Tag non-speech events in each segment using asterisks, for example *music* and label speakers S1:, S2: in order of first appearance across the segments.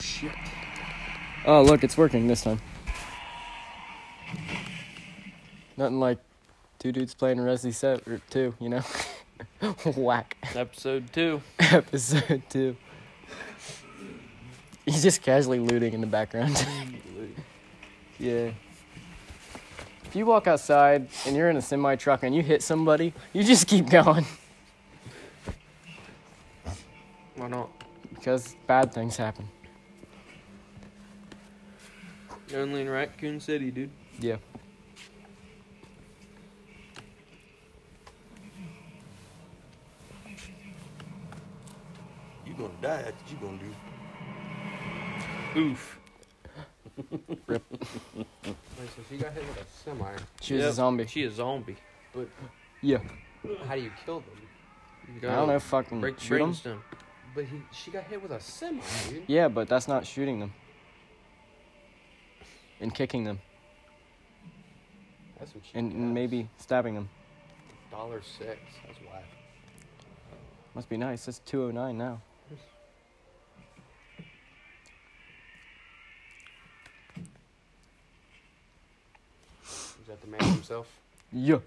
S1: shit.
S2: Oh, look, it's working this time. Nothing like two dudes playing a Resi set or two, you know? *laughs* Whack.
S1: Episode two.
S2: Episode two. He's just casually looting in the background. *laughs* yeah. If you walk outside and you're in a semi truck and you hit somebody, you just keep *laughs* going
S1: Why not?
S2: because bad things happen.
S1: You're only in Raccoon City, dude.
S2: Yeah.
S3: You gonna die? That's what you gonna do?
S1: Oof.
S4: Wait, so she got hit with a semi,
S2: She was a
S1: Yep.
S2: zombie.
S1: She a zombie.
S4: but
S2: Yeah.
S4: how do you kill them?
S1: You
S2: I don't know, fucking
S1: Break the
S2: shoot 'em?
S1: brainstem.
S4: But he, she got hit with a semi, dude.
S2: Yeah, but that's not shooting them. And kicking them.
S4: That's what she
S2: And,
S4: got.
S2: and maybe stabbing them.
S4: dollar six. That's why.
S2: Must be nice. It's 209 now.
S4: Is that the man himself?
S2: Yeah.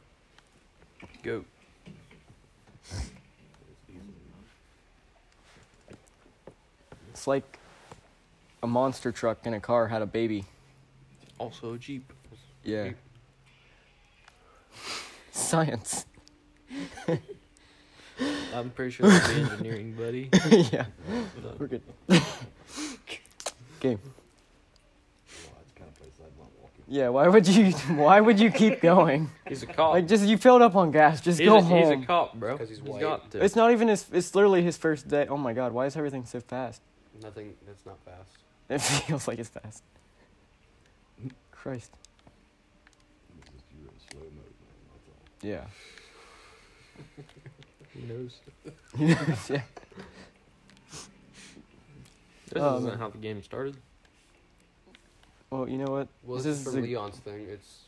S1: Go.
S2: It's like a monster truck in a car had a baby.
S1: Also a jeep.
S2: Yeah. *laughs* Science.
S1: I'm pretty sure that's the
S2: *laughs*
S1: engineering, buddy.
S2: yeah.
S1: No.
S2: We're good. Game.
S3: Wow, that's the kind of place I'd want to walk in.
S2: Yeah, why would you why would you keep going?
S1: He's a cop.
S2: Like just you filled up on gas. Just
S1: he's,
S2: go
S1: a, he's
S2: home.
S1: a cop, bro.
S4: 'Cause he's white.
S1: got to.
S2: It's not even his it's literally his first day. Oh my god, why is everything so fast?
S4: Nothing. That's not fast.
S2: It *laughs* feels like it's fast. Christ.
S3: It's just you in slow mode, man. That's all.
S2: Yeah.
S4: He knows.
S2: *laughs* yeah.
S1: this
S2: Oh,
S1: isn't
S2: man.
S1: how the game started.
S2: Well, you know what?
S4: Well,
S2: This
S4: this is
S2: is
S4: for
S2: the-
S4: Leon's thing. It's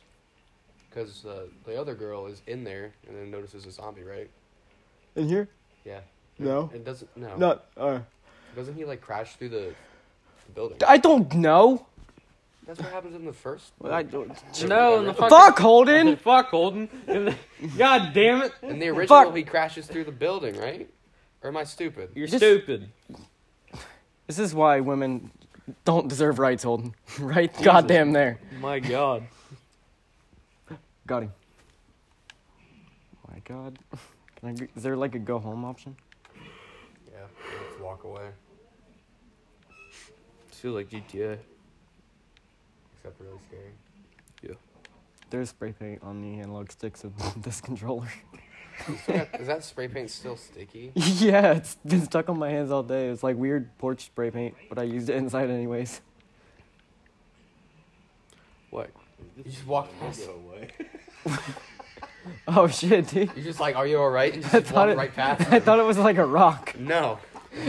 S4: because uh, the other girl is in there and then notices a zombie, right?
S2: In here?
S4: Yeah.
S2: No.
S4: It doesn't. No.
S2: Not. Uh,
S4: Doesn't he like crash through the, the building?
S2: I don't know.
S4: That's what happens in the first.
S2: Well, I don't-
S1: No, in the fucking
S2: Fuck, Holden.
S1: *laughs*
S2: *laughs*
S1: Fuck Holden. In the- God damn it.
S4: In the original,
S2: Fuck.
S4: he crashes through the building, right? Or am I stupid?
S1: You're
S2: Just-
S1: stupid.
S2: This is why women don't deserve rights, Holden. *laughs* right? Goddamn there.
S1: My God.
S2: Got him. My God. *laughs* Can I, g- is there like a go home option?
S4: Yeah. Let's walk away.
S1: Feels
S2: *laughs*
S1: like GTA.
S4: Except really scary.
S2: There's spray paint on the analog sticks of *laughs* this controller.
S4: You still got- is that spray paint still sticky?
S2: yeah, it's *laughs* been stuck on my hands all day. It's like weird porch spray paint, but I used it inside anyways. *laughs*
S1: What?
S3: This
S4: You just
S3: is
S4: walk
S3: gonna
S4: past.
S3: Go away. *laughs*
S2: Oh shit, dude. *laughs*
S4: You just like, are you all right? And
S2: I
S4: just
S2: thought
S4: walk
S2: it-
S4: right past.
S2: *laughs* I thought it was like a *laughs* rock.
S4: No.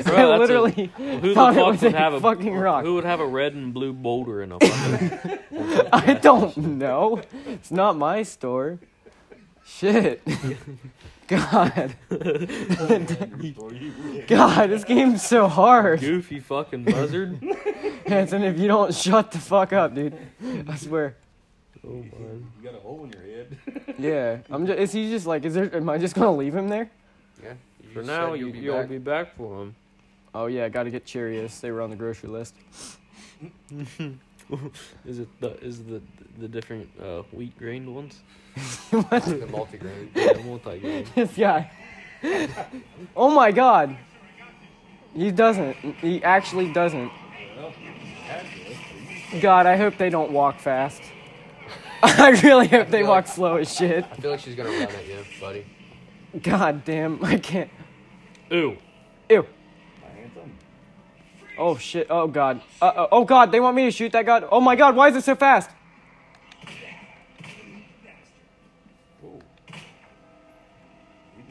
S1: Bro,
S2: I
S1: that's a-
S2: literally
S1: Who the
S2: thought it
S1: fuck
S2: was
S1: would
S2: a
S1: have a
S2: fucking rock.
S1: Who would have a red and blue
S2: *laughs*
S1: boulder in a fucking?
S2: I don't know. It's not my store. Shit. *laughs* God.
S3: *laughs* Or you will.
S2: God, this game's so hard.
S1: goofy fucking buzzard.
S2: *laughs* Hanson, if you don't shut the fuck up, dude. I swear.
S1: Oh man.
S3: *laughs* You got a hole in your head. *laughs*
S2: Yeah. I'm just, is he just like, is there, am I just gonna leave him there?
S4: Yeah. You
S1: For
S4: said
S1: now,
S4: you'll
S1: you,
S4: be
S1: you'll
S4: back.
S1: be back for him.
S2: Oh yeah, gotta get Cheerios. They were on the grocery list. *laughs*
S1: Is it the is the the different uh, wheat grained ones?
S2: *coughs*
S4: the multigrain.
S1: Yeah, multi grain.
S2: This guy. Oh my god. He doesn't. He actually doesn't.
S3: Well, actually,
S2: God, I hope they don't walk fast. *laughs* I really hope they
S4: feel
S2: walk
S4: like-
S2: slow as shit.
S4: I feel like she's gonna run at you, buddy.
S2: God damn, I can't.
S1: Ooh.
S2: Ew.
S3: my hands on.
S2: Oh shit. Oh god. Uh, oh, oh god, they want me to shoot that god. Oh my god, why is it so fast?
S3: Oh. He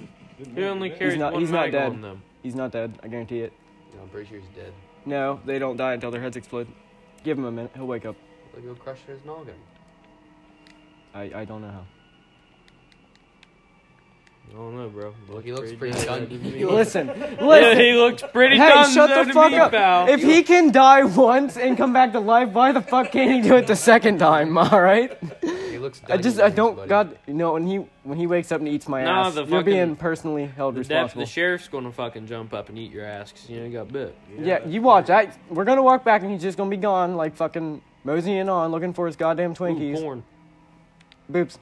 S3: just didn't
S1: He
S3: make
S1: only
S3: it
S1: carries
S2: not-
S1: one
S2: he's not
S1: mag
S2: dead.
S1: on them.
S2: He's not dead, I guarantee it.
S4: No, I'm pretty sure he's dead.
S2: No, they don't die until their heads explode. Give him a minute, he'll wake up.
S4: Look, he'll crush his noggin.
S2: I, I don't know how.
S1: I don't know, bro.
S4: Look, he looks pretty done. He looks-
S2: Listen,
S1: Yeah,
S2: listen.
S1: he looked pretty
S2: Hey,
S1: done.
S2: shut the fuck up.
S1: Pal.
S2: If he can die once and come back to life, why the fuck can't he do it the second time? *laughs* All right.
S4: He looks.
S2: I
S4: Dunning
S2: just I
S4: Kruger's
S2: don't
S4: buddy.
S2: God you know when he when he wakes up and eats my
S1: Nah,
S2: ass
S1: the
S2: you're being
S1: fucking-
S2: personally held
S1: the, dep-
S2: responsible.
S1: the sheriff's gonna fucking jump up and eat your ass 'cause you ain't got bit.
S2: yeah, you watch. I we're gonna walk back and he's just gonna be gone like fucking moseying on looking for his goddamn
S1: Ooh,
S2: Twinkies.
S1: porn.
S2: Boops.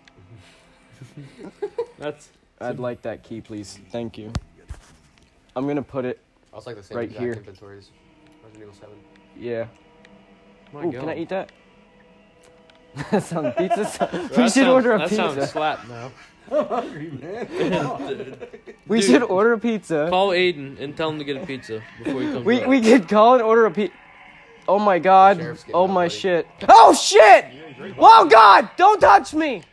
S1: That's
S2: I'd like that key, please. Thank you. I'm gonna put it.
S4: I was like the same
S2: Right
S4: exact
S2: here.
S4: inventories. Resident Evil Seven.
S2: Yeah.
S1: my
S2: Ooh,
S1: god.
S2: can I eat that? *laughs* that sounds pizza.
S1: Bro,
S2: sound-
S1: that
S2: we should
S1: sounds-
S2: order a
S1: that
S2: pizza.
S1: sounds slap now.
S3: Hungry *laughs* man.
S2: we
S1: Dude.
S2: should order a pizza.
S1: Call Aiden and tell him to get a pizza before he comes.
S2: we
S1: up.
S2: we could call and order a pizza. Oh my god.
S4: sheriff's getting
S2: Oh
S4: up,
S2: my
S4: buddy.
S2: shit. Oh shit! Oh god! Don't touch me!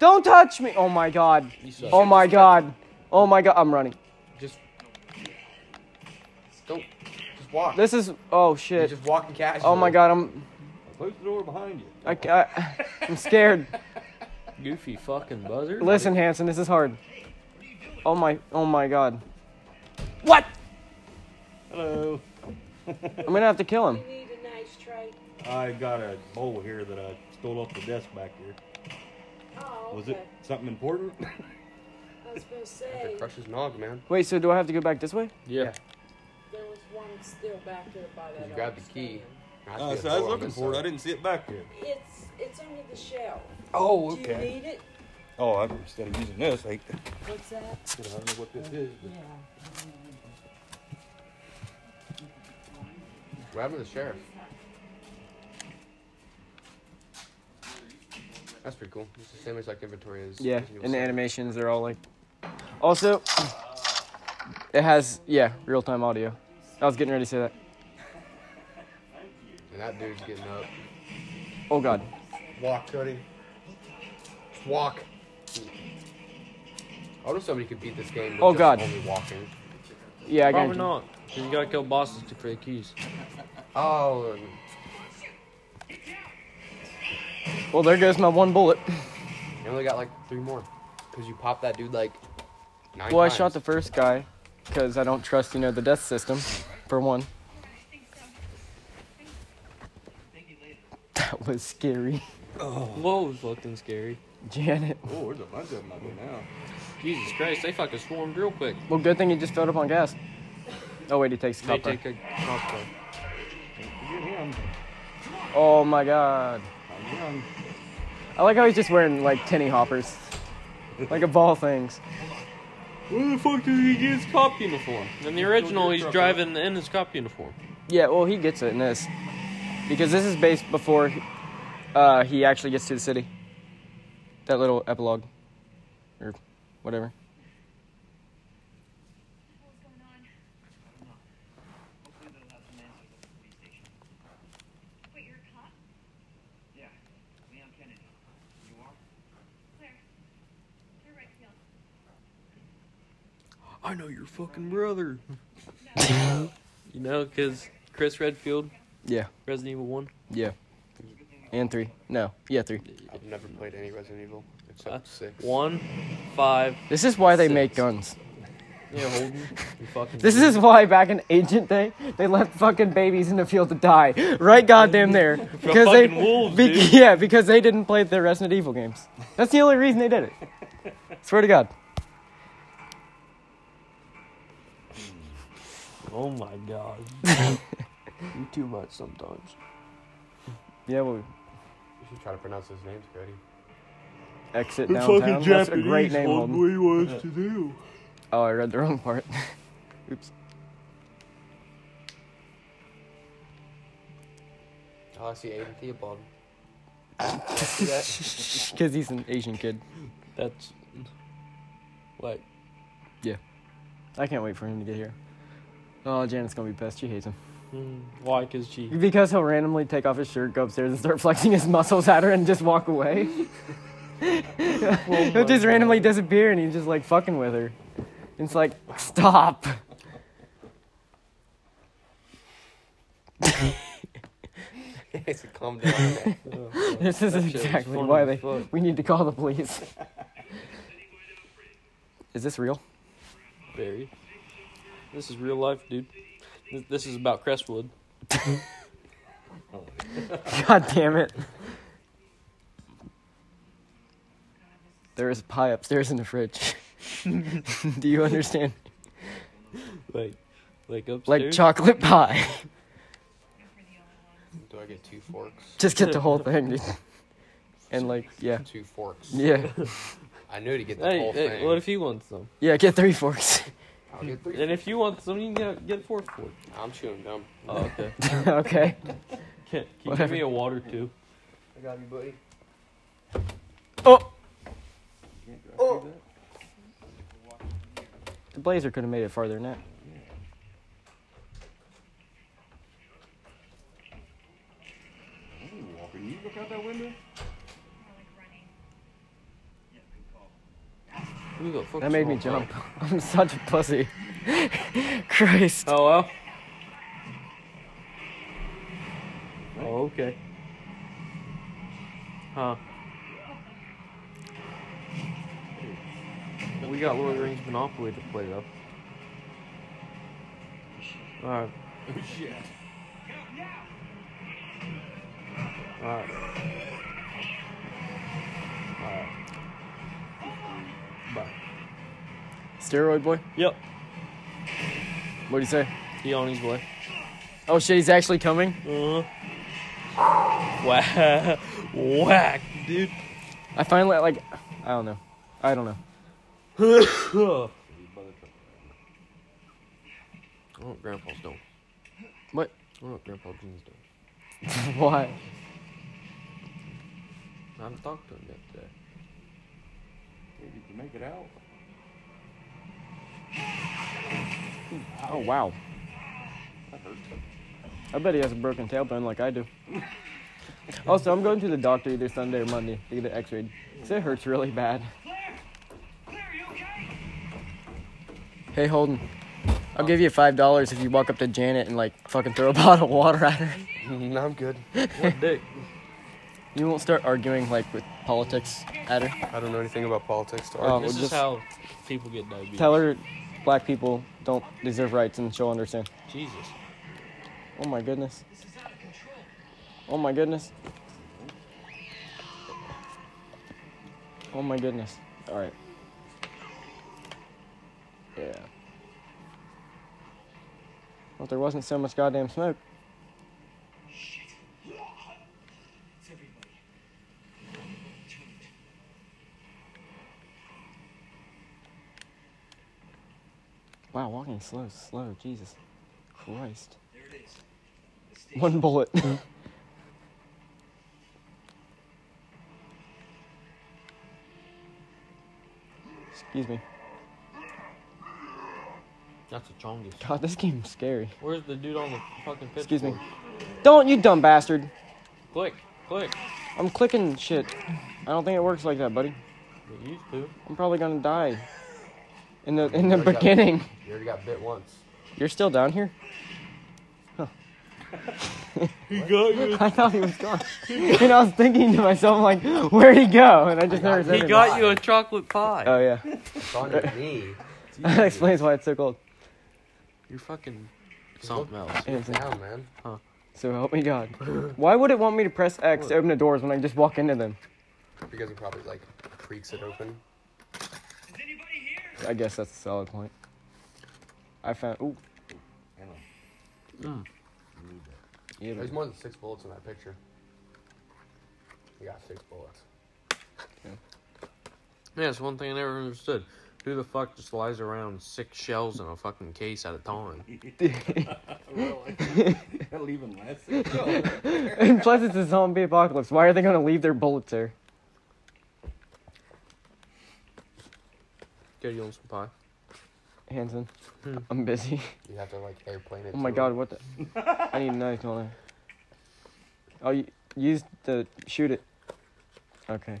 S2: Don't touch me! Oh my god.
S1: You suck.
S2: Oh my god. Oh my god. I'm running.
S4: Just don't. Just walk.
S2: This is. Oh
S4: You're
S2: shit.
S4: just walking casually.
S2: Oh my god. I'm.
S3: Close the door behind you.
S2: I, I, I'm scared.
S1: Goofy fucking buzzard.
S2: Listen, Hanson. This is hard. Oh my. Oh my god.
S1: What?
S3: Hello.
S2: I'm gonna have to kill him.
S5: We need a nice tray.
S3: I got a bowl here that I stole off the desk back here.
S5: Oh,
S3: Was
S5: okay.
S3: it something *laughs* important?
S5: I was gonna
S4: After
S5: say,
S4: crushes nog, man.
S2: Wait. So do I have to go back this way?
S1: Yeah.
S5: there was one still back there by that.
S4: You grabbed
S5: old
S4: the key.
S3: Uh, so I was looking for it. I didn't see it back there.
S5: stand. It's, it's under the shelf.
S3: Oh,
S5: Do you need it?
S3: Oh, I, instead of using this, I,
S5: What's that?
S3: I don't know what this is.
S5: Yeah.
S4: What happened to the sheriff? That's pretty cool. It's the same exact inventory as
S2: Yeah.
S4: Resident Evil
S2: And the
S4: 7.
S2: animations are all like. Also, it has yeah real time audio. I was getting ready to say that.
S4: And that dude's getting up.
S2: Oh god.
S4: Walk, Cody. Just walk. I wonder if somebody could beat this game. with
S2: Oh,
S4: just
S2: God.
S4: Only walking.
S2: Yeah. I
S1: Probably
S2: guarantee.
S1: not. 'cause you gotta kill bosses to create keys.
S4: Oh, and
S2: Well, there goes my one bullet.
S4: you only got like three more because you popped that dude like nine
S2: Well, I
S4: times.
S2: shot the first guy because I don't trust, you know, the death system, for one. That was scary. *laughs*
S1: Whoa, was looking scary.
S2: Janet.
S3: Oh, there's a bunch of them out there now.
S1: Jesus Christ, they fucking swarmed real quick.
S2: Well, good thing he just filled up on gas. Oh, wait, he takes a
S1: They
S2: copper.
S1: take a copper.
S3: Get him.
S2: Oh my god.
S3: I'm young.
S2: I like how he's just wearing, like, tinny hoppers. Like a ball things.
S1: Where the fuck did he get his cop uniform? In the original, he's driving in his cop uniform.
S2: Yeah, well, he gets it in this. Because this is based before uh, he actually gets to the city. That little epilogue. Or whatever.
S6: Wait, you're a cop? Yeah. Me, I'm Kennedy. You are? Claire. Claire Redfield.
S1: I know your fucking brother. you know, because Chris Redfield,
S2: Yeah,
S1: Resident Evil 1.
S2: yeah. And three. No, yeah, three.
S4: I've never played any Resident Evil except
S1: Uh,
S4: six.
S1: 1, 5.
S2: This is why they
S1: Six.
S2: make guns.
S1: Yeah, Holden. You fucking
S2: This is why back in ancient day they left fucking babies in the field to die. Right goddamn
S1: *laughs*
S2: there. Because they
S1: fucking
S2: *laughs*
S1: wolves,
S2: bec-
S1: dude.
S2: yeah, because they didn't play the Resident Evil games. That's the only reason they did it. Swear to God.
S1: Oh my god.
S2: *laughs*
S1: you too much sometimes.
S2: Yeah, well,
S4: You should try to pronounce his names, Cody.
S2: exit downtown. That's a great name. Holden.
S1: he wants to do.
S2: Oh, I read the *laughs* wrong part. Oops.
S4: Oh, I see Aiden *laughs* Theobald.
S2: Because he's an Asian kid.
S1: That's like
S2: I can't wait for him to get here. Oh, Janet's gonna be pissed. She hates him.
S1: mm, why? Cause she
S2: Because he'll randomly take off his shirt, go upstairs, and start *laughs* flexing his muscles at her and just walk
S1: *laughs*
S2: away. he'll just randomly disappear and he's just like fucking with her. And it's like, stop. *laughs*
S4: I said, calm down.
S2: This is
S1: That shit was
S2: exactly
S1: funny
S2: why
S1: as
S2: they
S1: fuck.
S2: we need to call the police. *laughs* Is this real?
S1: Barry. This is real life, dude. Th- This is about Crestwood.
S2: *laughs* God damn it. There is pie upstairs in the *laughs* fridge. Do you understand?
S1: Like, like upstairs.
S2: Like chocolate pie. *laughs*
S4: Do I get two forks?
S2: Just get the whole thing. *laughs* dude. And like, yeah.
S4: Two forks.
S2: Yeah.
S4: I knew to get the
S1: Hey,
S4: whole
S1: hey,
S4: thing.
S1: what if you want some?
S2: Yeah, get three forks. *laughs*
S4: I'll get three.
S1: And if you want some, you can get, get a fourth fork.
S4: I'm chewing gum.
S1: Oh, *laughs* okay.
S2: okay.
S1: Can, can you give
S2: Whatever.
S1: me a water too?
S4: I got you, buddy.
S2: Oh!
S3: Can't go
S4: Oh.
S3: through that?
S2: The blazer could have made it farther than that.
S3: I'm walking. You look out that window?
S1: Who the fuck's
S2: That made me
S1: wrong?
S2: jump. *laughs* I'm such a pussy. *laughs* Christ.
S1: Oh well. Oh okay. Huh. We got Lord of the Rings Monopoly to play though. Alright,
S3: Oh, shit.
S1: alright. Alright. Bye.
S2: Steroid boy?
S1: Yep.
S2: What'd he say?
S1: He on his way. *laughs*
S2: Oh shit, he's actually coming?
S1: Uh-huh. Whack. Whack, dude.
S2: I finally, like, I don't know. I don't know.
S1: oh,
S3: He's by the truck.
S4: I want Grandpa's doing.
S2: What? *laughs*
S4: I want Grandpa Jean's doing.
S2: Why?
S4: I haven't talked to him yet today.
S3: Hey, did you make it out?
S2: Oh wow.
S3: That hurt.
S2: I bet he has a broken tailbone like *laughs* I do. also, I'm going to the doctor either Sunday or Monday to get an x-rayed. 'cause it hurts really bad.
S6: Claire! Claire, you okay?
S2: Hey, Holden. I'll give you five dollars if you walk up to Janet and like fucking throw a *laughs* bottle of water at her.
S4: no, I'm good.
S1: what dick?
S2: You won't start arguing like with politics at her.
S4: I don't know anything about politics. To
S2: Oh,
S4: argue.
S2: well,
S1: This is
S2: just-
S1: how people get diabetes.
S2: Tell her black people don't deserve rights and she'll understand.
S1: Jesus.
S2: Oh my goodness. Oh my goodness. Oh my goodness. All right. Yeah. Well, there wasn't so much goddamn smoke.
S6: It's everybody. Tuned.
S2: Wow, walking slow, slow. Jesus Christ.
S6: There it is. The station.
S2: One bullet. Excuse me.
S1: That's a chongus.
S2: God, this game's scary.
S1: Where's the dude on the fucking pitchfork?
S2: Excuse me. Don't, you dumb bastard.
S1: Click, click.
S2: I'm clicking shit. I don't think it works like that, buddy.
S1: It used to.
S2: I'm probably gonna die. In the in the
S4: Okay.
S2: beginning.
S4: You already got bit once.
S2: You're still down here?
S1: He got you.
S2: *laughs* I thought he was gone. and I was thinking to myself, I'm like, where'd he go? And I just never
S4: got-
S2: said
S1: He
S2: it.
S1: got you a chocolate pie.
S2: Oh yeah. *laughs*
S4: It's on your knee.
S2: that explains why it's so cold.
S1: You're fucking something else.
S2: It's
S4: Down, man.
S2: So help me God. Why would it want me to press X to open the doors when I just walk into them?
S4: Because it probably like creaks it open.
S6: Is anybody here?
S2: I guess that's a solid point. I found. Ooh.
S3: Hang *laughs*
S1: Mm.
S3: on. I need that.
S2: Yeah,
S4: There's
S2: but-
S4: more than six bullets in that picture. You got six bullets.
S1: Yeah, it's one thing I never understood. Who the fuck just lies around six shells in a fucking case at a time?
S3: I'll leave him last. Yo,
S2: and *laughs* plus, it's a zombie apocalypse. Why are they gonna leave their bullets there?
S1: Get you on some pie.
S2: Hanson,
S4: Hmm.
S2: I'm busy. *laughs*
S4: You have to like airplane it.
S2: Oh my
S4: to
S2: God,
S4: it.
S2: what the? I need a knife, don't I? Oh, you use the shoot it. Okay.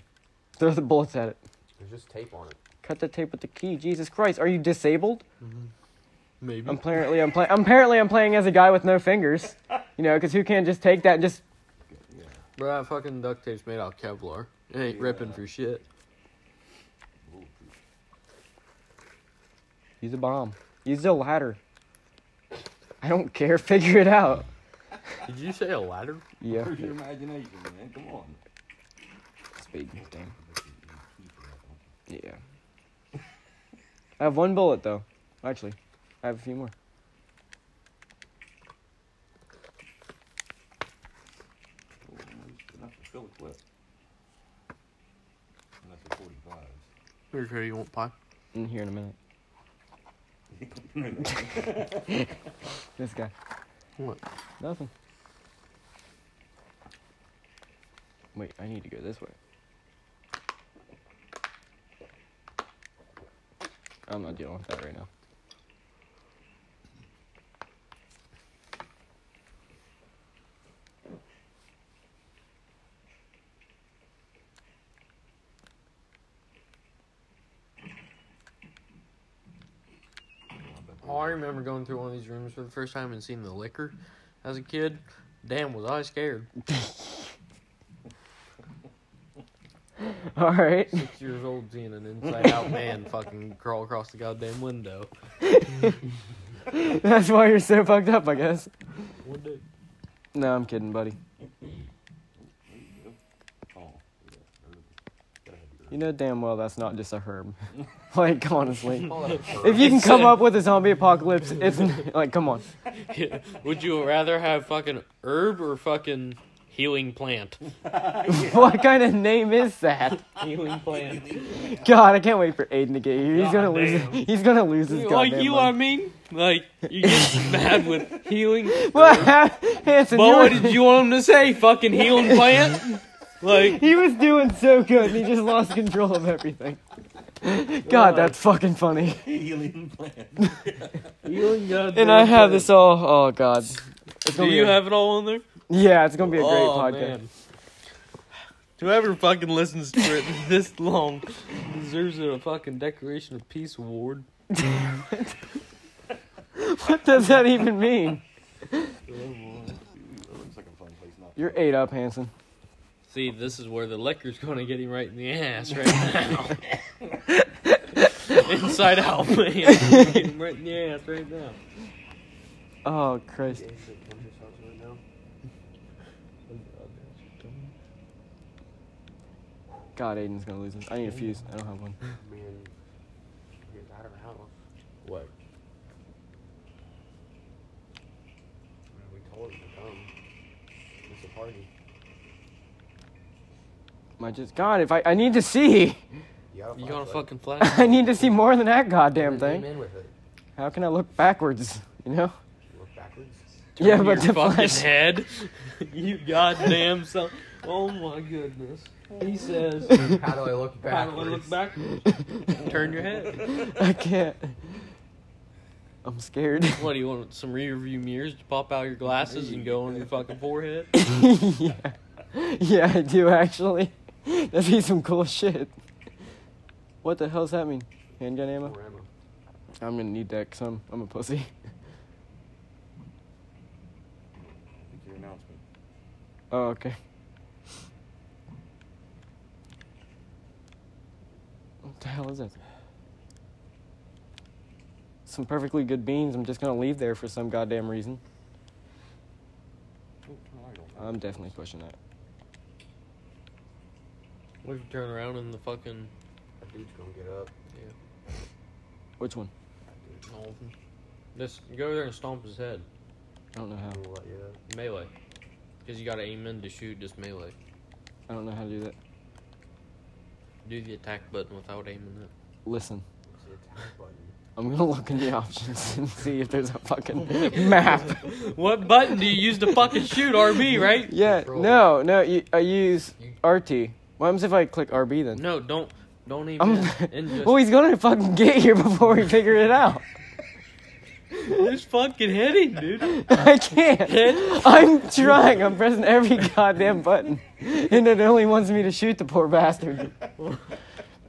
S2: Throw the bullets at it.
S4: There's just tape on it.
S2: Cut the tape with the key. Jesus Christ, are you disabled?
S1: Maybe.
S2: I'm apparently I'm playing. Apparently I'm playing as a guy with no fingers. You know, because who can't just take that and just
S1: Bro, that fucking duct tape's made out of Kevlar. It ain't ripping for shit.
S2: Use a bomb. Use the ladder. I don't care. *laughs* Figure it out.
S1: Did you say a ladder?
S2: Yeah.
S3: Where's your imagination, man? Come on.
S2: Speed thing. Yeah. I have one bullet though. Actually, I have a few more.
S3: Almost enough to fill a clip. And that's a 45.
S1: Here, Cody, you want pie?
S2: In here in a minute.
S3: *laughs*
S2: This guy.
S1: What?
S2: Nothing. Wait, I need to go this way. I'm not dealing with that right now. *laughs*
S1: Oh, I remember going through one of these rooms for the first time and seeing the liquor as a kid. Damn, was I scared.
S2: All right. *laughs*
S1: Six years old, seeing an inside out man fucking crawl across the goddamn window. *laughs*
S2: That's why you're so fucked up, I guess.
S1: One day.
S2: No, I'm kidding, buddy.
S3: There you go. Oh, yeah. herb. Gotta have your herb.
S2: You know damn well that's not just a herb. *laughs* like honestly,
S4: Call that a
S2: *laughs*
S4: herb.
S2: if you can come up with a zombie apocalypse, it's n- like come on.
S1: Would you rather have fucking herb or fucking
S2: *laughs*
S1: healing plant? *laughs*
S2: What kind of name is that?
S1: Healing plant.
S2: *laughs* God, I can't wait for Aiden to get here. He's gonna lose.
S7: Goddamn.
S2: *laughs* He's gonna lose his
S1: like
S2: goddamn.
S1: you, I
S2: mind.
S1: mean, like
S2: *laughs*
S1: you get mad with healing.
S2: What, Hanson?
S1: But
S2: you
S1: what
S2: were-
S1: did you want him to say? Fucking healing plant.
S2: *laughs*
S1: Like
S2: He was doing so good, and he just lost control of everything. God, that's fucking funny.
S3: Healing *laughs* plant.
S1: healing goddamn.
S2: And I have this all. Oh God. It's
S1: Do
S2: gonna be
S1: you
S2: a-
S1: have it all in there?
S2: Yeah, it's gonna be a great
S1: Oh,
S2: podcast.
S1: man. Whoever fucking listens to it *laughs* this long deserves a fucking Declaration of Peace award.
S2: *laughs* What does that even mean?
S3: That looks like a fun place not to
S2: You're
S3: go.
S2: eight up, Hanson.
S1: See, this is where the liquor's gonna get him right in the ass right
S2: *laughs*
S1: now. Inside out, man. Get him right in the ass right now.
S2: Oh Christ. God, Aiden's gonna lose this. I need a fuse. I don't have one.
S1: What?
S2: My just God, if I I need to see. *laughs*
S1: You got a fucking
S2: I
S1: flashlight?
S2: need to see more than that goddamn
S4: Damn
S2: thing.
S4: In with it.
S2: How can I look backwards? You know?
S4: Look backwards.
S1: Turn
S2: yeah, but the
S1: your fucking
S2: flash.
S1: head. *laughs* you goddamn son. Oh my goodness.
S2: *laughs*
S1: He says,
S4: *laughs* How do I look
S1: "How
S4: backwards?
S1: do I look backwards? Turn your head.
S2: *laughs* I can't. I'm scared.
S1: *laughs* What
S2: *laughs*
S1: do you want? Some rear view mirrors to pop out your glasses and go on your fucking forehead?
S2: yeah. yeah, I do actually. That'd be some cool shit. What the hell's that mean? Handgun ammo?
S4: Or am I?
S2: I'm gonna need that because I'm, I'm a pussy. *laughs*
S3: Make your announcement.
S2: Oh, okay. What the hell is it? Some perfectly good beans. I'm just gonna leave there for some goddamn reason.
S3: Oh, turn the light on.
S2: I'm definitely *laughs* pushing that.
S1: What if you turn around and the fucking
S4: That dude's gonna get up.
S2: Which one?
S1: all of them? Just go over there and stomp his head.
S2: I don't know how.
S4: He'll let you up.
S1: Melee. Because you gotta aim in to shoot just melee.
S2: I don't know how to do that.
S1: Do the attack button without aiming it.
S2: Listen,
S4: It's the attack button.
S2: I'm gonna look in the options and *laughs* see if there's a fucking map.
S1: What button do you use to fucking shoot RB, right?
S2: Yeah,
S4: Control.
S2: no, no. You, I use
S4: You-
S2: RT. What happens if I click RB then?
S1: No, don't don't aim
S2: I'm,
S1: in. And just,
S2: well, he's gonna fucking get here *laughs* before we figure it out.
S1: just fucking hit him, dude.
S2: *laughs* I can't.
S1: Hit.
S2: I'm trying. I'm pressing every goddamn button, and it only wants me to shoot the poor bastard.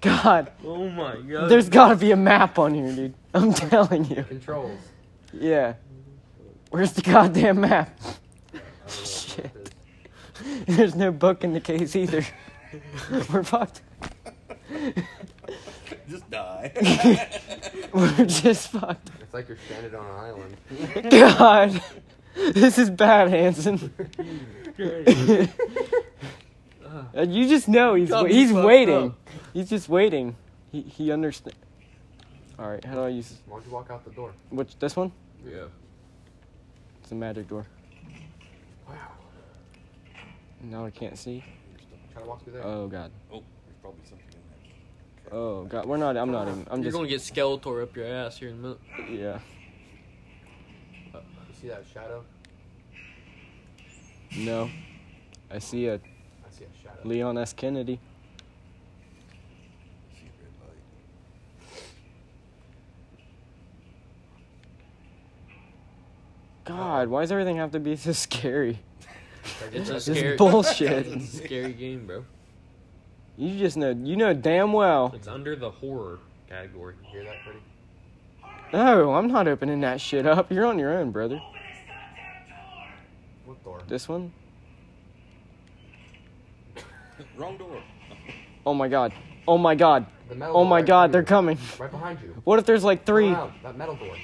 S2: God,
S1: Oh my god.
S2: there's gotta be a map on here, dude. I'm *laughs* telling you.
S4: Controls.
S2: Yeah. Where's the goddamn map? *laughs*
S4: I don't know what
S2: Shit.
S4: this-
S2: There's *laughs* no book in the case either. We're fucked.
S3: Just die.
S2: *laughs*
S3: Oh,
S2: We're just fucked.
S4: It's like you're stranded on an island.
S2: God. This is bad,
S1: *laughs*
S2: Hanson. And you just know he's
S1: Got
S2: wa-
S1: me
S2: he's
S1: fucked
S2: waiting.
S1: up.
S2: He's just waiting. He he understands. All right, how do I use this?
S4: Why don't you walk out the door?
S2: which this one?
S4: Yeah.
S2: It's a magic door.
S4: Wow.
S2: Now I can't see.
S4: Try to walk through there.
S2: Oh god.
S3: oh, there's probably something in there.
S2: Oh god. We're not. I'm not even. I'm
S1: You're
S2: just.
S1: gonna get Skeletor up your ass here in a minute.
S2: Yeah.
S4: you see that shadow?
S2: No. I see a
S4: I see a shadow.
S2: Leon S. Kennedy.
S3: I see a red light.
S2: God, why does everything have to be so *laughs* scary?
S1: It's a
S2: This
S1: scary
S2: is bullshit.
S1: *laughs* It's a scary game, bro.
S2: you just know. You know damn well.
S1: It's under the horror category.
S4: You hear that, Freddy?
S2: No, I'm not opening that shit up. You're on your own, brother.
S4: What door?
S2: This one?
S3: Wrong door.
S2: Oh my god. Oh my god.
S4: The metal
S2: Oh
S4: door
S2: my
S4: right
S2: god, they're coming.
S4: behind you. Right behind you.
S2: What if there's like three?
S4: Wow, that metal door.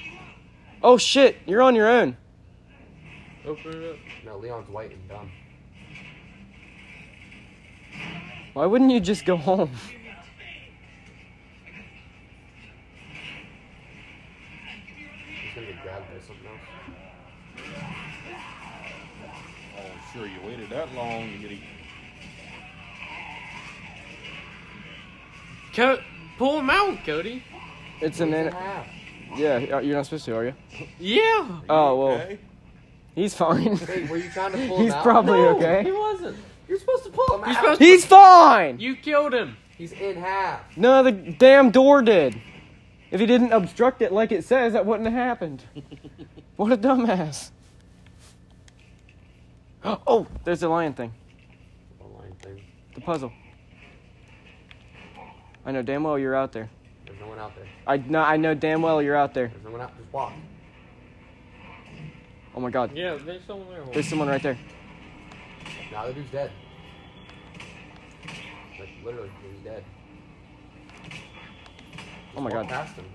S2: Oh shit, you're on your own.
S1: Open it up.
S4: No, Leon's white and dumb.
S2: Why wouldn't you just go home? *laughs*
S4: He's gonna get grabbed by something else.
S3: Oh, sure, you waited that long to get eaten.
S1: Co- pull him out, Cody.
S2: It's an.
S4: He's
S2: In-
S4: in half.
S2: yeah, uh, you're not supposed to, are you?
S1: Yeah.
S2: Oh,
S3: You
S2: well.
S3: okay?
S2: He's fine. *laughs*
S4: Hey, were you trying to pull him
S2: He's
S4: out?
S2: probably
S1: He
S2: okay.
S1: wasn't. You're supposed to pull him
S4: You're
S1: out.
S4: supposed
S2: He's fine!
S1: You killed him.
S4: He's in half.
S2: No, the damn door did. If he didn't obstruct it like it says, that wouldn't have
S4: *laughs*
S2: happened. what a dumbass. *gasps* Oh, there's the lion thing.
S4: The lion thing.
S2: The puzzle. I know damn well you're out there.
S4: There's no one out there.
S2: I know, I know damn well you're out there.
S4: There's no one out. Just walk.
S2: Oh my god.
S1: Yeah, there's someone there.
S2: There's someone right there.
S4: Now the dude's dead. Like literally, he's dead.
S2: Oh my
S4: Walk
S2: god.
S4: Past him.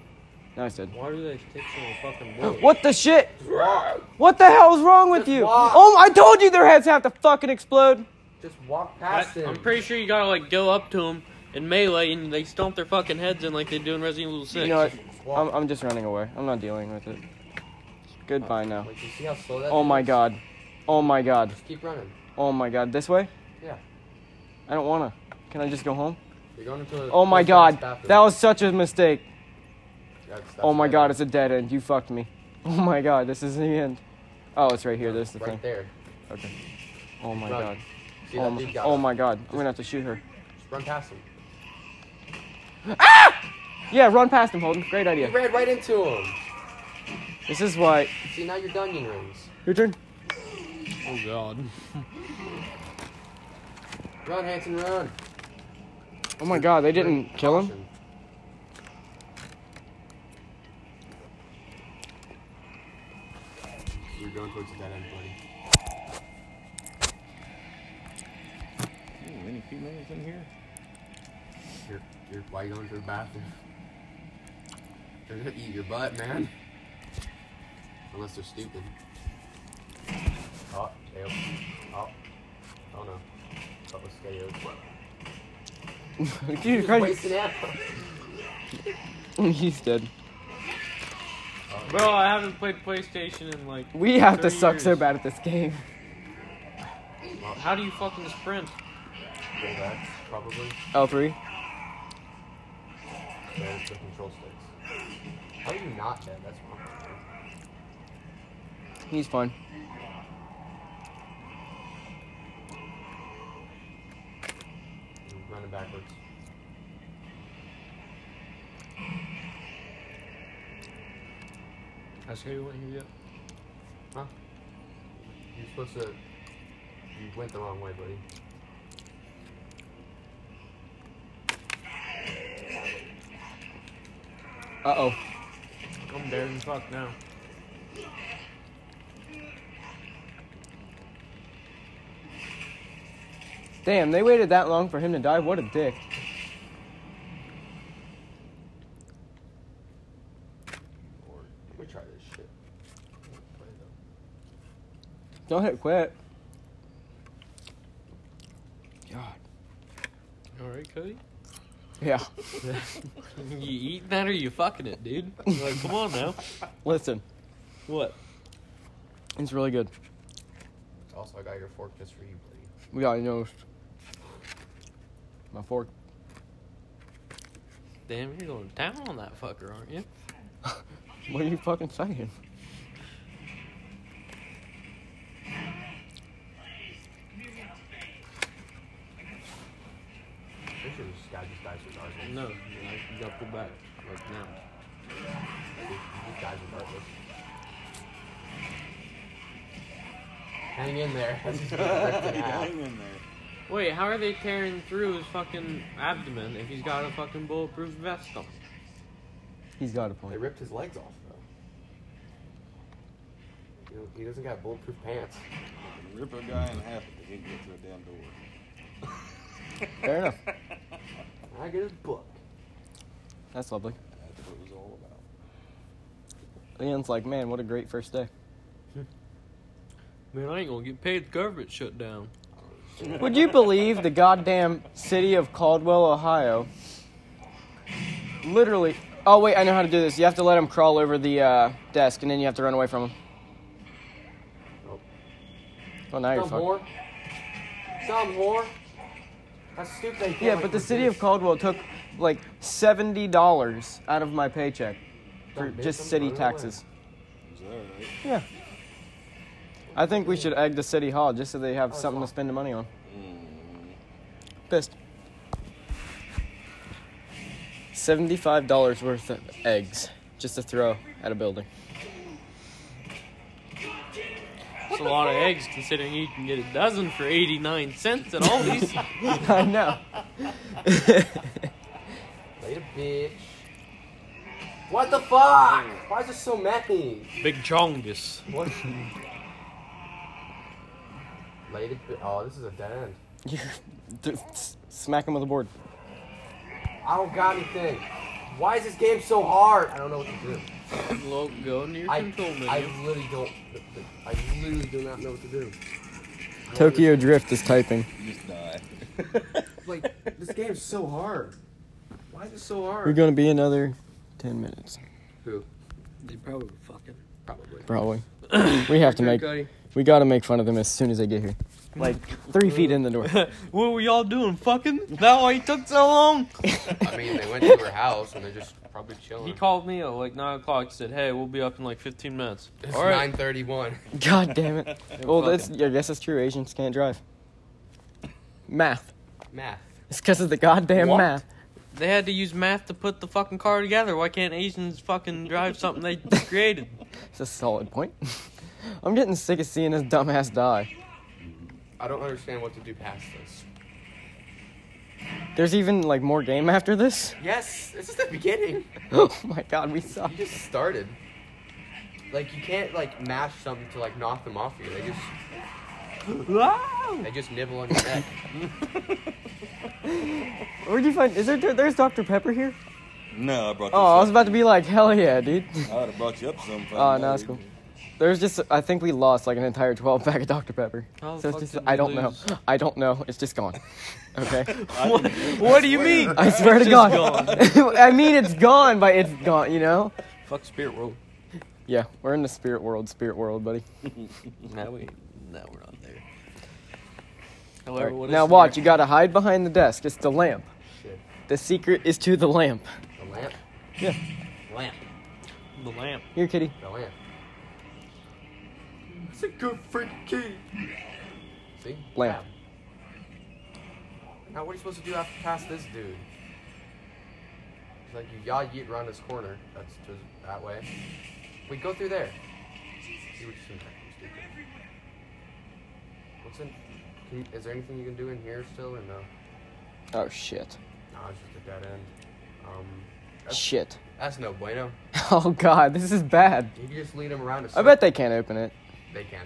S2: Now I said.
S1: Why do they stick so fucking wood?
S2: What the shit?
S4: Just walk.
S2: What the hell is wrong with
S4: Just
S2: you?
S4: walk.
S2: Oh, I told you their heads have to fucking explode.
S4: Just walk
S1: I,
S4: past him.
S1: I'm pretty sure you gotta like go up to them in melee and they stomp their fucking heads in like they do in Resident Evil
S2: You
S1: Six.
S2: know what?
S4: Walk.
S2: I'm, I'm just running away. I'm not dealing with it. Goodbye now.
S4: Like, you see how slow that
S2: Oh
S4: dude
S2: my
S4: is?
S2: god. Oh my god.
S4: Just keep running.
S2: Oh my god. This way?
S4: Yeah.
S2: I don't wanna. Can I just go home?
S4: You're going into a
S2: Oh my
S4: closed
S2: god.
S4: bathroom.
S2: That was such a mistake.
S4: That's- that's
S2: Oh my
S4: right
S2: god,
S4: there.
S2: it's a dead end. You fucked me. Oh my god, this is the end. Oh, it's right here. This is the
S4: right
S2: thing.
S4: there.
S2: Okay. Oh my
S4: Run.
S2: god.
S4: See
S2: Oh
S4: that dude
S2: my,
S4: got
S2: oh
S4: him.
S2: my god. I'm gonna have to shoot her.
S4: Just run past him.
S2: Yeah, run past him, Holden. Great
S4: You
S2: idea.
S4: ran right into him.
S2: This is why.
S4: See now you're Dunyan rings.
S2: Your turn.
S1: Oh god.
S4: Run, Hanson, run.
S2: Oh my god, they didn't kill him?
S4: Caution. You're going towards the dead end, buddy.
S3: Ooh, any females in here?
S4: You're, you're, why you going to the bathroom? They're gonna eat your butt, man. Unless they're stupid. Oh, tail. Oh. Oh no. That was scales.
S2: Jesus
S4: Just
S2: Christ.
S4: wasted ammo.
S2: *laughs* He's dead.
S1: Bro, I haven't played PlayStation in like.
S2: We have to
S1: 30
S2: suck so
S1: years.
S2: bad at this game. *laughs*
S1: How do you fucking sprint?
S4: Go back, probably.
S2: L3.
S4: There's the control sticks. How are you not dead? That's wrong.
S2: He's fine.
S4: You're running backwards.
S1: I scared you weren't here yet.
S4: Huh? You're supposed to. You went the wrong way, buddy.
S2: Uh oh.
S1: I'm dead and fuck now.
S2: Damn, they waited that long for him to die. What a dick. Don't hit quit. God.
S1: All right, Cody. *laughs*
S2: Yeah.
S1: you eating that or you fucking
S2: *laughs*
S1: it, dude? Like, come on now.
S2: Listen,
S1: What?
S2: it's really good.
S4: Also, I got your fork just for you, buddy.
S2: We got nose. My fork.
S1: Damn, you're going to town on that fucker, aren't you?
S2: What are you fucking saying?
S4: Pretty sure this guy just dies regardless.
S1: No, like, you got to go back. Like, now.
S4: He just dies regardless.
S2: Hang in there.
S3: *laughs*
S4: Yeah.
S3: Hang in there.
S1: Wait, how are they tearing through his fucking abdomen if he's got a fucking bulletproof vest on?
S2: He's got a
S4: They
S2: point.
S4: ripped his legs off, though. You know, He doesn't got bulletproof pants.
S3: Rip a guy in half if they can't get through a damn door.
S2: Fair enough.
S4: I get his book.
S2: That's lovely.
S3: That's what it was all about.
S2: Ian's like, man, what a great first day.
S1: Man, I ain't gonna get paid. The government shut down.
S2: Would you believe the goddamn city of Caldwell, Ohio? Literally. Oh wait, I know how to do this. You have to let him crawl over the uh, desk, and then you have to run away from him.
S4: Oh.
S2: Well, Oh, now you're
S4: Some
S2: fucked.
S4: whore. Some whore. That's stupid. They can't
S2: Yeah,
S4: wait
S2: but the
S4: for
S2: city
S4: this.
S2: of Caldwell took like seventy dollars out of my paycheck for
S4: Dumb bitch,
S2: just
S4: I'm
S2: city
S4: running away.
S2: taxes.
S3: Is that right?
S2: Yeah. I think we should egg the city hall just so they have
S4: it's
S2: something to
S4: locked.
S2: spend the money on.
S3: Mm.
S2: Pissed. Seventy-five dollars worth of eggs just to throw at a building.
S1: That's a lot of eggs considering you can get a dozen for 89 cents at *laughs* Aldi's.
S2: *laughs* I *laughs* know.
S4: Later, bitch. What the fuck? Why is there so many?
S1: Big chongus.
S4: What? Later, bi- oh, this is a dead end.
S2: You d- s- smack him with a board.
S4: I don't got anything. Why is this game so hard? I don't know what to do.
S1: Look, go into your
S4: I,
S1: control menu.
S4: I literally don't. I literally do not know what to do. I don't
S2: Tokyo Drift is typing.
S3: You just die.
S4: under- Like this game's so hard. Why is it so
S2: We're
S4: hard?
S2: gonna be another ten minutes,
S4: Who?
S1: they probably fucking.
S4: Probably.
S2: *coughs* probably. We have to make. We gotta make fun of them as soon as they get here. Like three feet in the *laughs* door.
S1: what were y'all doing? Fucking? That why it took so long?
S4: I mean, they went to her house and they're just probably chilling.
S1: He called me at like 9 o'clock said, hey, we'll be up in like 15 minutes.
S4: It's
S1: All right.
S4: 9:31.
S2: God damn *laughs* it. Well, that's.
S1: fucking-
S2: I guess it's true. Asians can't drive. Math.
S4: Math.
S2: It's because of the goddamn
S1: What?
S2: math.
S1: They had to use math to put the fucking car together. Why can't Asians fucking drive something they created?
S2: It's a solid point. *laughs* I'm getting sick of seeing this dumbass die.
S4: I don't understand what to do past this.
S2: There's even like more game after this. *gasps*
S4: Yes, this is the beginning.
S2: Oh my god, we suck.
S4: You just started. Like you can't like mash something to like knock them off you. They just
S1: Wow!
S4: they just nibble on your neck.
S2: Where'd you find? Is there? There's Dr Pepper here.
S3: No, I brought you.
S2: Oh, I was about to be like, hell yeah, dude. *laughs*
S3: I would have brought you up some.
S2: Oh, no, it's cool. There's just, I think we lost like an entire 12 pack of Dr Pepper.
S1: How
S2: *laughs*
S1: the
S2: so it's
S1: fuck
S2: just,
S1: did we
S2: I don't
S1: lose?
S2: know. I don't know. It's just
S1: *laughs*
S2: gone. Okay.
S1: What, what do you mean?
S2: I swear to
S1: It's
S2: God.
S1: just
S2: *laughs* I mean, it's gone, but it's gone. You know.
S1: Fuck Spirit World.
S2: Yeah, we're in the spirit world, spirit world, buddy.
S1: Now we, now we're not there.
S2: All
S1: However,
S2: right,
S1: what is
S2: Now
S1: the
S2: watch.
S1: next-
S2: You gotta hide behind the desk. It's the lamp.
S4: Shit.
S2: The secret is to the lamp.
S4: The lamp.
S2: Yeah.
S4: Lamp.
S1: the lamp.
S2: Here, kitty.
S4: The lamp. That's a good freaking key. See?
S2: Lamp.
S4: Now what are you supposed to do after past this dude? It's like you yah yeet around this corner. That's just that way. We go through there. See what you see. What's in? Can you, is there anything you can do in here still or no?
S2: Oh shit.
S4: No, it's just a dead end. Um, that's,
S2: Shit. *laughs*
S4: that's no bueno.
S2: Oh god, this is bad.
S4: You can just lead him around. To
S2: I bet they can't open it.
S4: they can.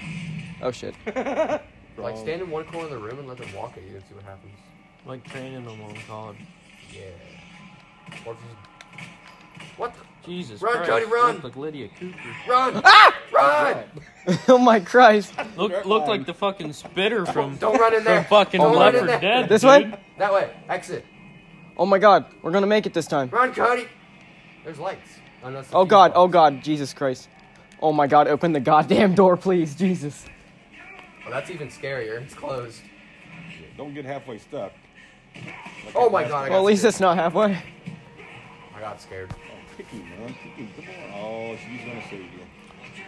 S2: Oh shit. *laughs*
S4: Like stand in one corner of the room and let them walk at you and see what happens.
S1: Like training them on God.
S4: Yeah. Or if you. What? The?
S1: Jesus
S4: Run,
S1: Christ.
S4: Cody, run!
S1: Look like Lydia Cooper.
S4: Run! Ah! Run!
S2: oh my Christ.
S1: Look, looked like the fucking spitter from
S4: Don't run in there.
S1: from fucking
S4: Don't run
S1: Left
S4: in
S1: 4
S4: there.
S1: Dead.
S2: This
S1: dude.
S2: way?
S4: That way. Exit.
S2: Oh my God. We're gonna make it this time.
S4: Run, Cody. There's lights. Oh, no, it's the
S2: Oh
S4: fuse
S2: God.
S4: box.
S2: Oh God. Jesus Christ. Oh my God. Open the goddamn door, please. Jesus.
S4: Well, that's even scarier. It's closed.
S3: Don't get halfway stuck. Like
S4: Oh
S3: that
S4: my
S3: last
S4: God, I
S2: Well, at
S4: got
S2: least
S4: scared.
S2: it's not halfway.
S4: I got scared.
S3: Oh, Picky, man. Picky, come on. Oh, she's gonna save you.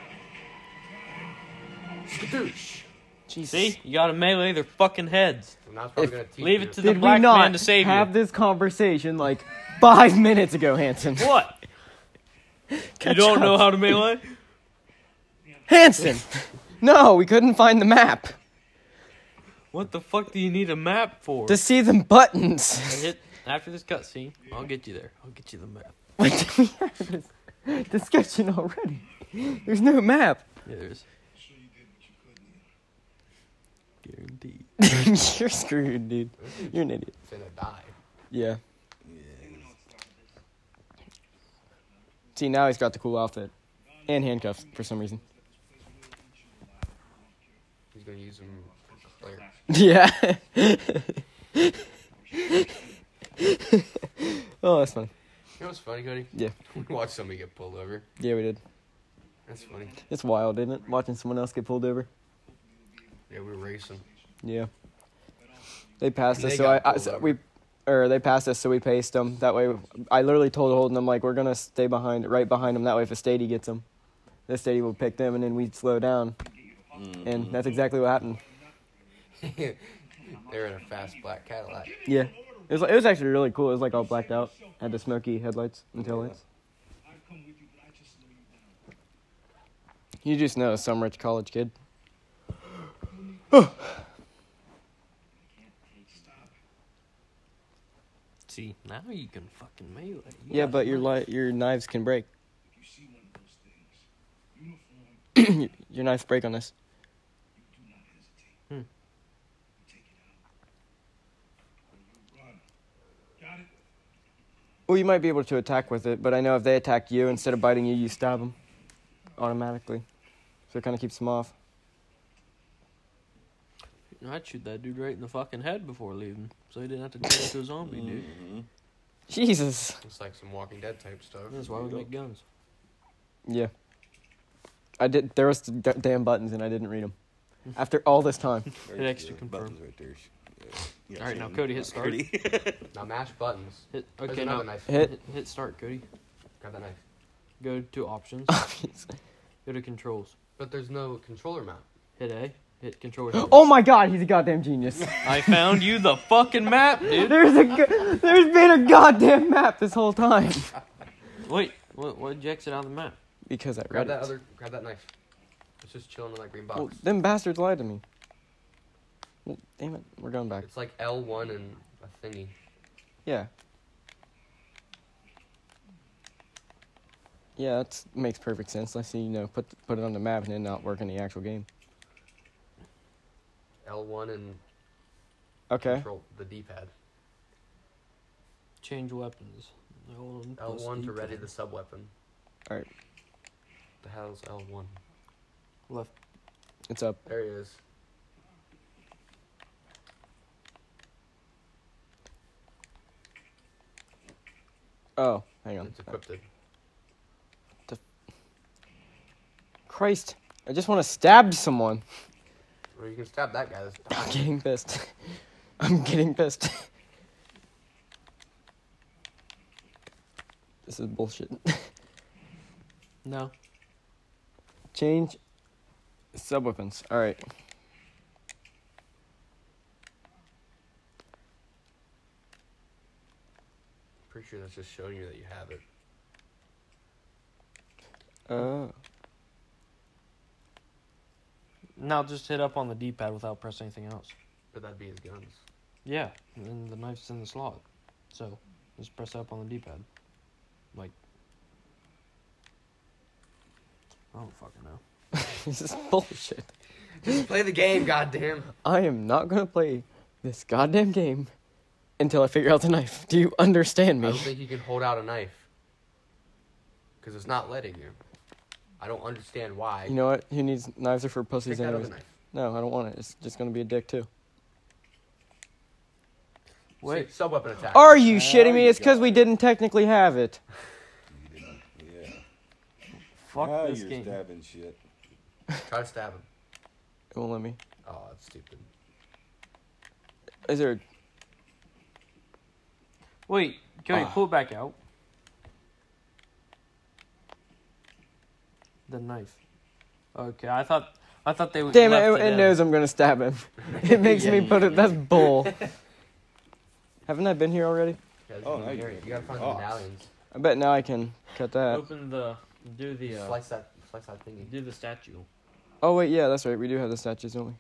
S4: Skadoosh.
S2: Jesus.
S1: See, you gotta melee their fucking heads.
S4: And that's probably
S2: If-
S4: gonna teach
S1: leave
S4: you.
S1: it to the-
S2: Did
S1: black
S2: we not
S1: man to save you.
S2: have this conversation like five minutes ago, Hanson?
S1: *laughs* What? you
S2: Catch
S1: don't
S2: up.
S1: know how to *laughs* melee?
S2: Hanson. *laughs* No, we couldn't find the map
S1: What the fuck do you need a map for?
S2: to see the
S1: I
S2: buttons. *laughs*
S1: hit- after this cutscene, I'll get you there. I'll get you the map.
S2: What did we have this discussion already? There's no map. *laughs*
S1: Yeah, there's. Guaranteed.
S2: You're screwed, dude. You're an idiot.
S4: It's gonna die.
S2: Yeah. See, now he's got the cool outfit and handcuffs for some reason. *laughs*
S4: He's gonna use them. for clear.
S2: Yeah. *laughs* oh, that's funny.
S4: You know what's funny, Cody?
S2: Yeah.
S4: We watched somebody get pulled over.
S2: Yeah, we did.
S4: That's funny.
S2: It's wild, isn't it? Watching someone else get pulled over.
S4: Yeah, we were racing.
S2: Yeah. They passed
S4: They
S2: us, so I,
S4: got
S2: I
S4: pulled
S2: so
S4: over.
S2: we, or they passed us, so we paced them. That way, I literally told Holden, I'm like, we're gonna stay behind, right behind them. That way, if a stady gets them, the stady will pick them, and then we'd slow down. And that's exactly what happened.
S4: *laughs* They're in a fast black Cadillac.
S2: Yeah. It was, it was actually really cool. It was like all blacked out, had the smoky headlights and taillights.
S6: I'd come with you, but I just slow you down.
S2: You just know some rich college kid.
S1: See, now you can fucking melee. You
S2: Yeah,
S1: got
S2: but your
S1: knives.
S2: li- your knives can break. *clears throat*
S6: If you see one of those things, uniform,
S2: Your knives break on us.
S6: you do not hesitate.
S1: Hmm.
S6: You take it out. Or you run. Got it?
S2: Well, you might be able to attack with it, but I know if they attack you instead of biting you, you stab them automatically. So it kind of keeps them off.
S1: I'd shoot that dude right in the fucking head before leaving, so he didn't have to turn into a zombie, dude.
S4: Mm,
S2: Jesus.
S4: It's like some Walking Dead type stuff.
S1: That's why we make guns.
S2: Yeah. I did. There was d- damn buttons, and I didn't read them. After all this time,
S3: There's
S1: Hit extra
S3: your
S1: confirm.
S3: buttons right there. uh, Yeah.
S1: All right, now
S3: Yeah.
S1: Cody, hit start.
S3: Cody.
S4: Now mash buttons.
S1: Hit,
S4: There's
S1: okay, now
S4: another knife.
S2: hit. *gasps*
S1: hit, hit start, Cody.
S4: Grab that knife.
S1: Go to options.
S2: *laughs*
S1: Go to controls.
S4: But there's no controller mount.
S1: Hit A.
S2: *gasps*
S1: Hit controller.
S2: oh my God, he's a goddamn genius.
S1: I found you the
S2: *laughs*
S1: fucking map, dude.
S2: There's a. go- There's been a goddamn map this whole time.
S1: Wait, what? Why did you exit out of the map?
S2: Because I read
S4: Grab that
S2: it.
S4: other. Grab that knife. It's just chilling in that green box.
S2: Well, them bastards lied to me. Well, damn it, we're going back.
S4: It's like L1 and a thingy.
S2: Yeah. Yeah, that makes perfect sense. I see, you know, put put it on the map and then not work in the actual game.
S4: L1 and
S2: Okay.
S4: control the D-pad.
S1: Change weapons. Hold on, plus E
S4: L1 to
S1: D10.
S4: ready the sub weapon.
S2: Alright.
S4: The hell's L1?
S1: Left.
S2: It's up.
S4: There he is.
S2: Oh, hang on.
S4: It's equipped.
S2: Christ, I just want to stab someone. *laughs*
S4: Or you can stab that guy. That's
S2: I'm getting pissed. *laughs* I'm getting pissed. *laughs* This is bullshit.
S1: No.
S2: Change sub weapons. All right.
S4: pretty sure that's just showing you that you have it.
S2: Uh, *laughs*
S1: Now just hit up on the D-pad without pressing anything else.
S4: But that'd be his guns.
S1: Yeah, and then the knife's in the slot. So, just press up on the D-pad. Like. I don't fucking know.
S2: this is bullshit.
S4: Just play the game, goddamn.
S2: I am not gonna play this goddamn game until I figure out the knife. Do you understand
S4: I don't
S2: me?
S4: think you can hold out a knife. Because it's not letting you. I don't understand why.
S2: You know what? Who needs knives are for
S4: Take
S2: pussies
S4: that other
S2: anyways?
S4: knife.
S2: No, I don't want it. It's just gonna be a dick too.
S1: Wait.
S4: Sub weapon attack.
S2: Are you
S1: Oh,
S2: shitting me?
S1: you
S2: It's because we
S1: got it.
S2: didn't technically have it.
S3: Yeah.
S1: Fuck
S2: Ah,
S3: now
S1: this
S3: you're
S1: game.
S3: stabbing shit.
S4: Try to stab him.
S2: It won't let me.
S4: Oh, that's stupid.
S2: Is there?
S1: Wait, Cody,
S2: Ah.
S1: pull it back out. The knife. Okay, I thought I thought they would.
S2: Damn
S1: left
S2: it! It,
S1: in.
S2: knows I'm gonna stab him. It makes me put it. That's bull. *laughs* Haven't I been here already?
S4: Yeah, this
S3: Oh,
S4: is
S3: now
S4: here.
S3: you
S4: You gotta find the
S3: Oh.
S4: medallions.
S2: I bet now I can cut that.
S1: Open the do the uh,
S4: Slice that, slice that thingy.
S1: do the statue.
S2: Oh wait, yeah, that's right. We do have the statues, don't we?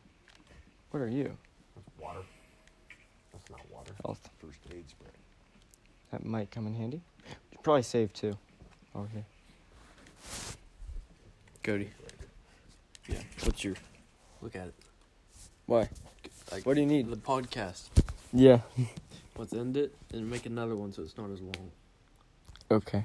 S2: What are you?
S4: That's water. That's not water.
S2: Health.
S3: First aid spray.
S2: That might come in handy. We should probably save two. Over here.
S1: Cody.
S7: Yeah. What's your?
S1: Look at it.
S2: Why?
S1: Like,
S2: What do you need?
S1: The podcast.
S2: Yeah.
S1: Let's end it and make another one so it's not as long.
S2: Okay.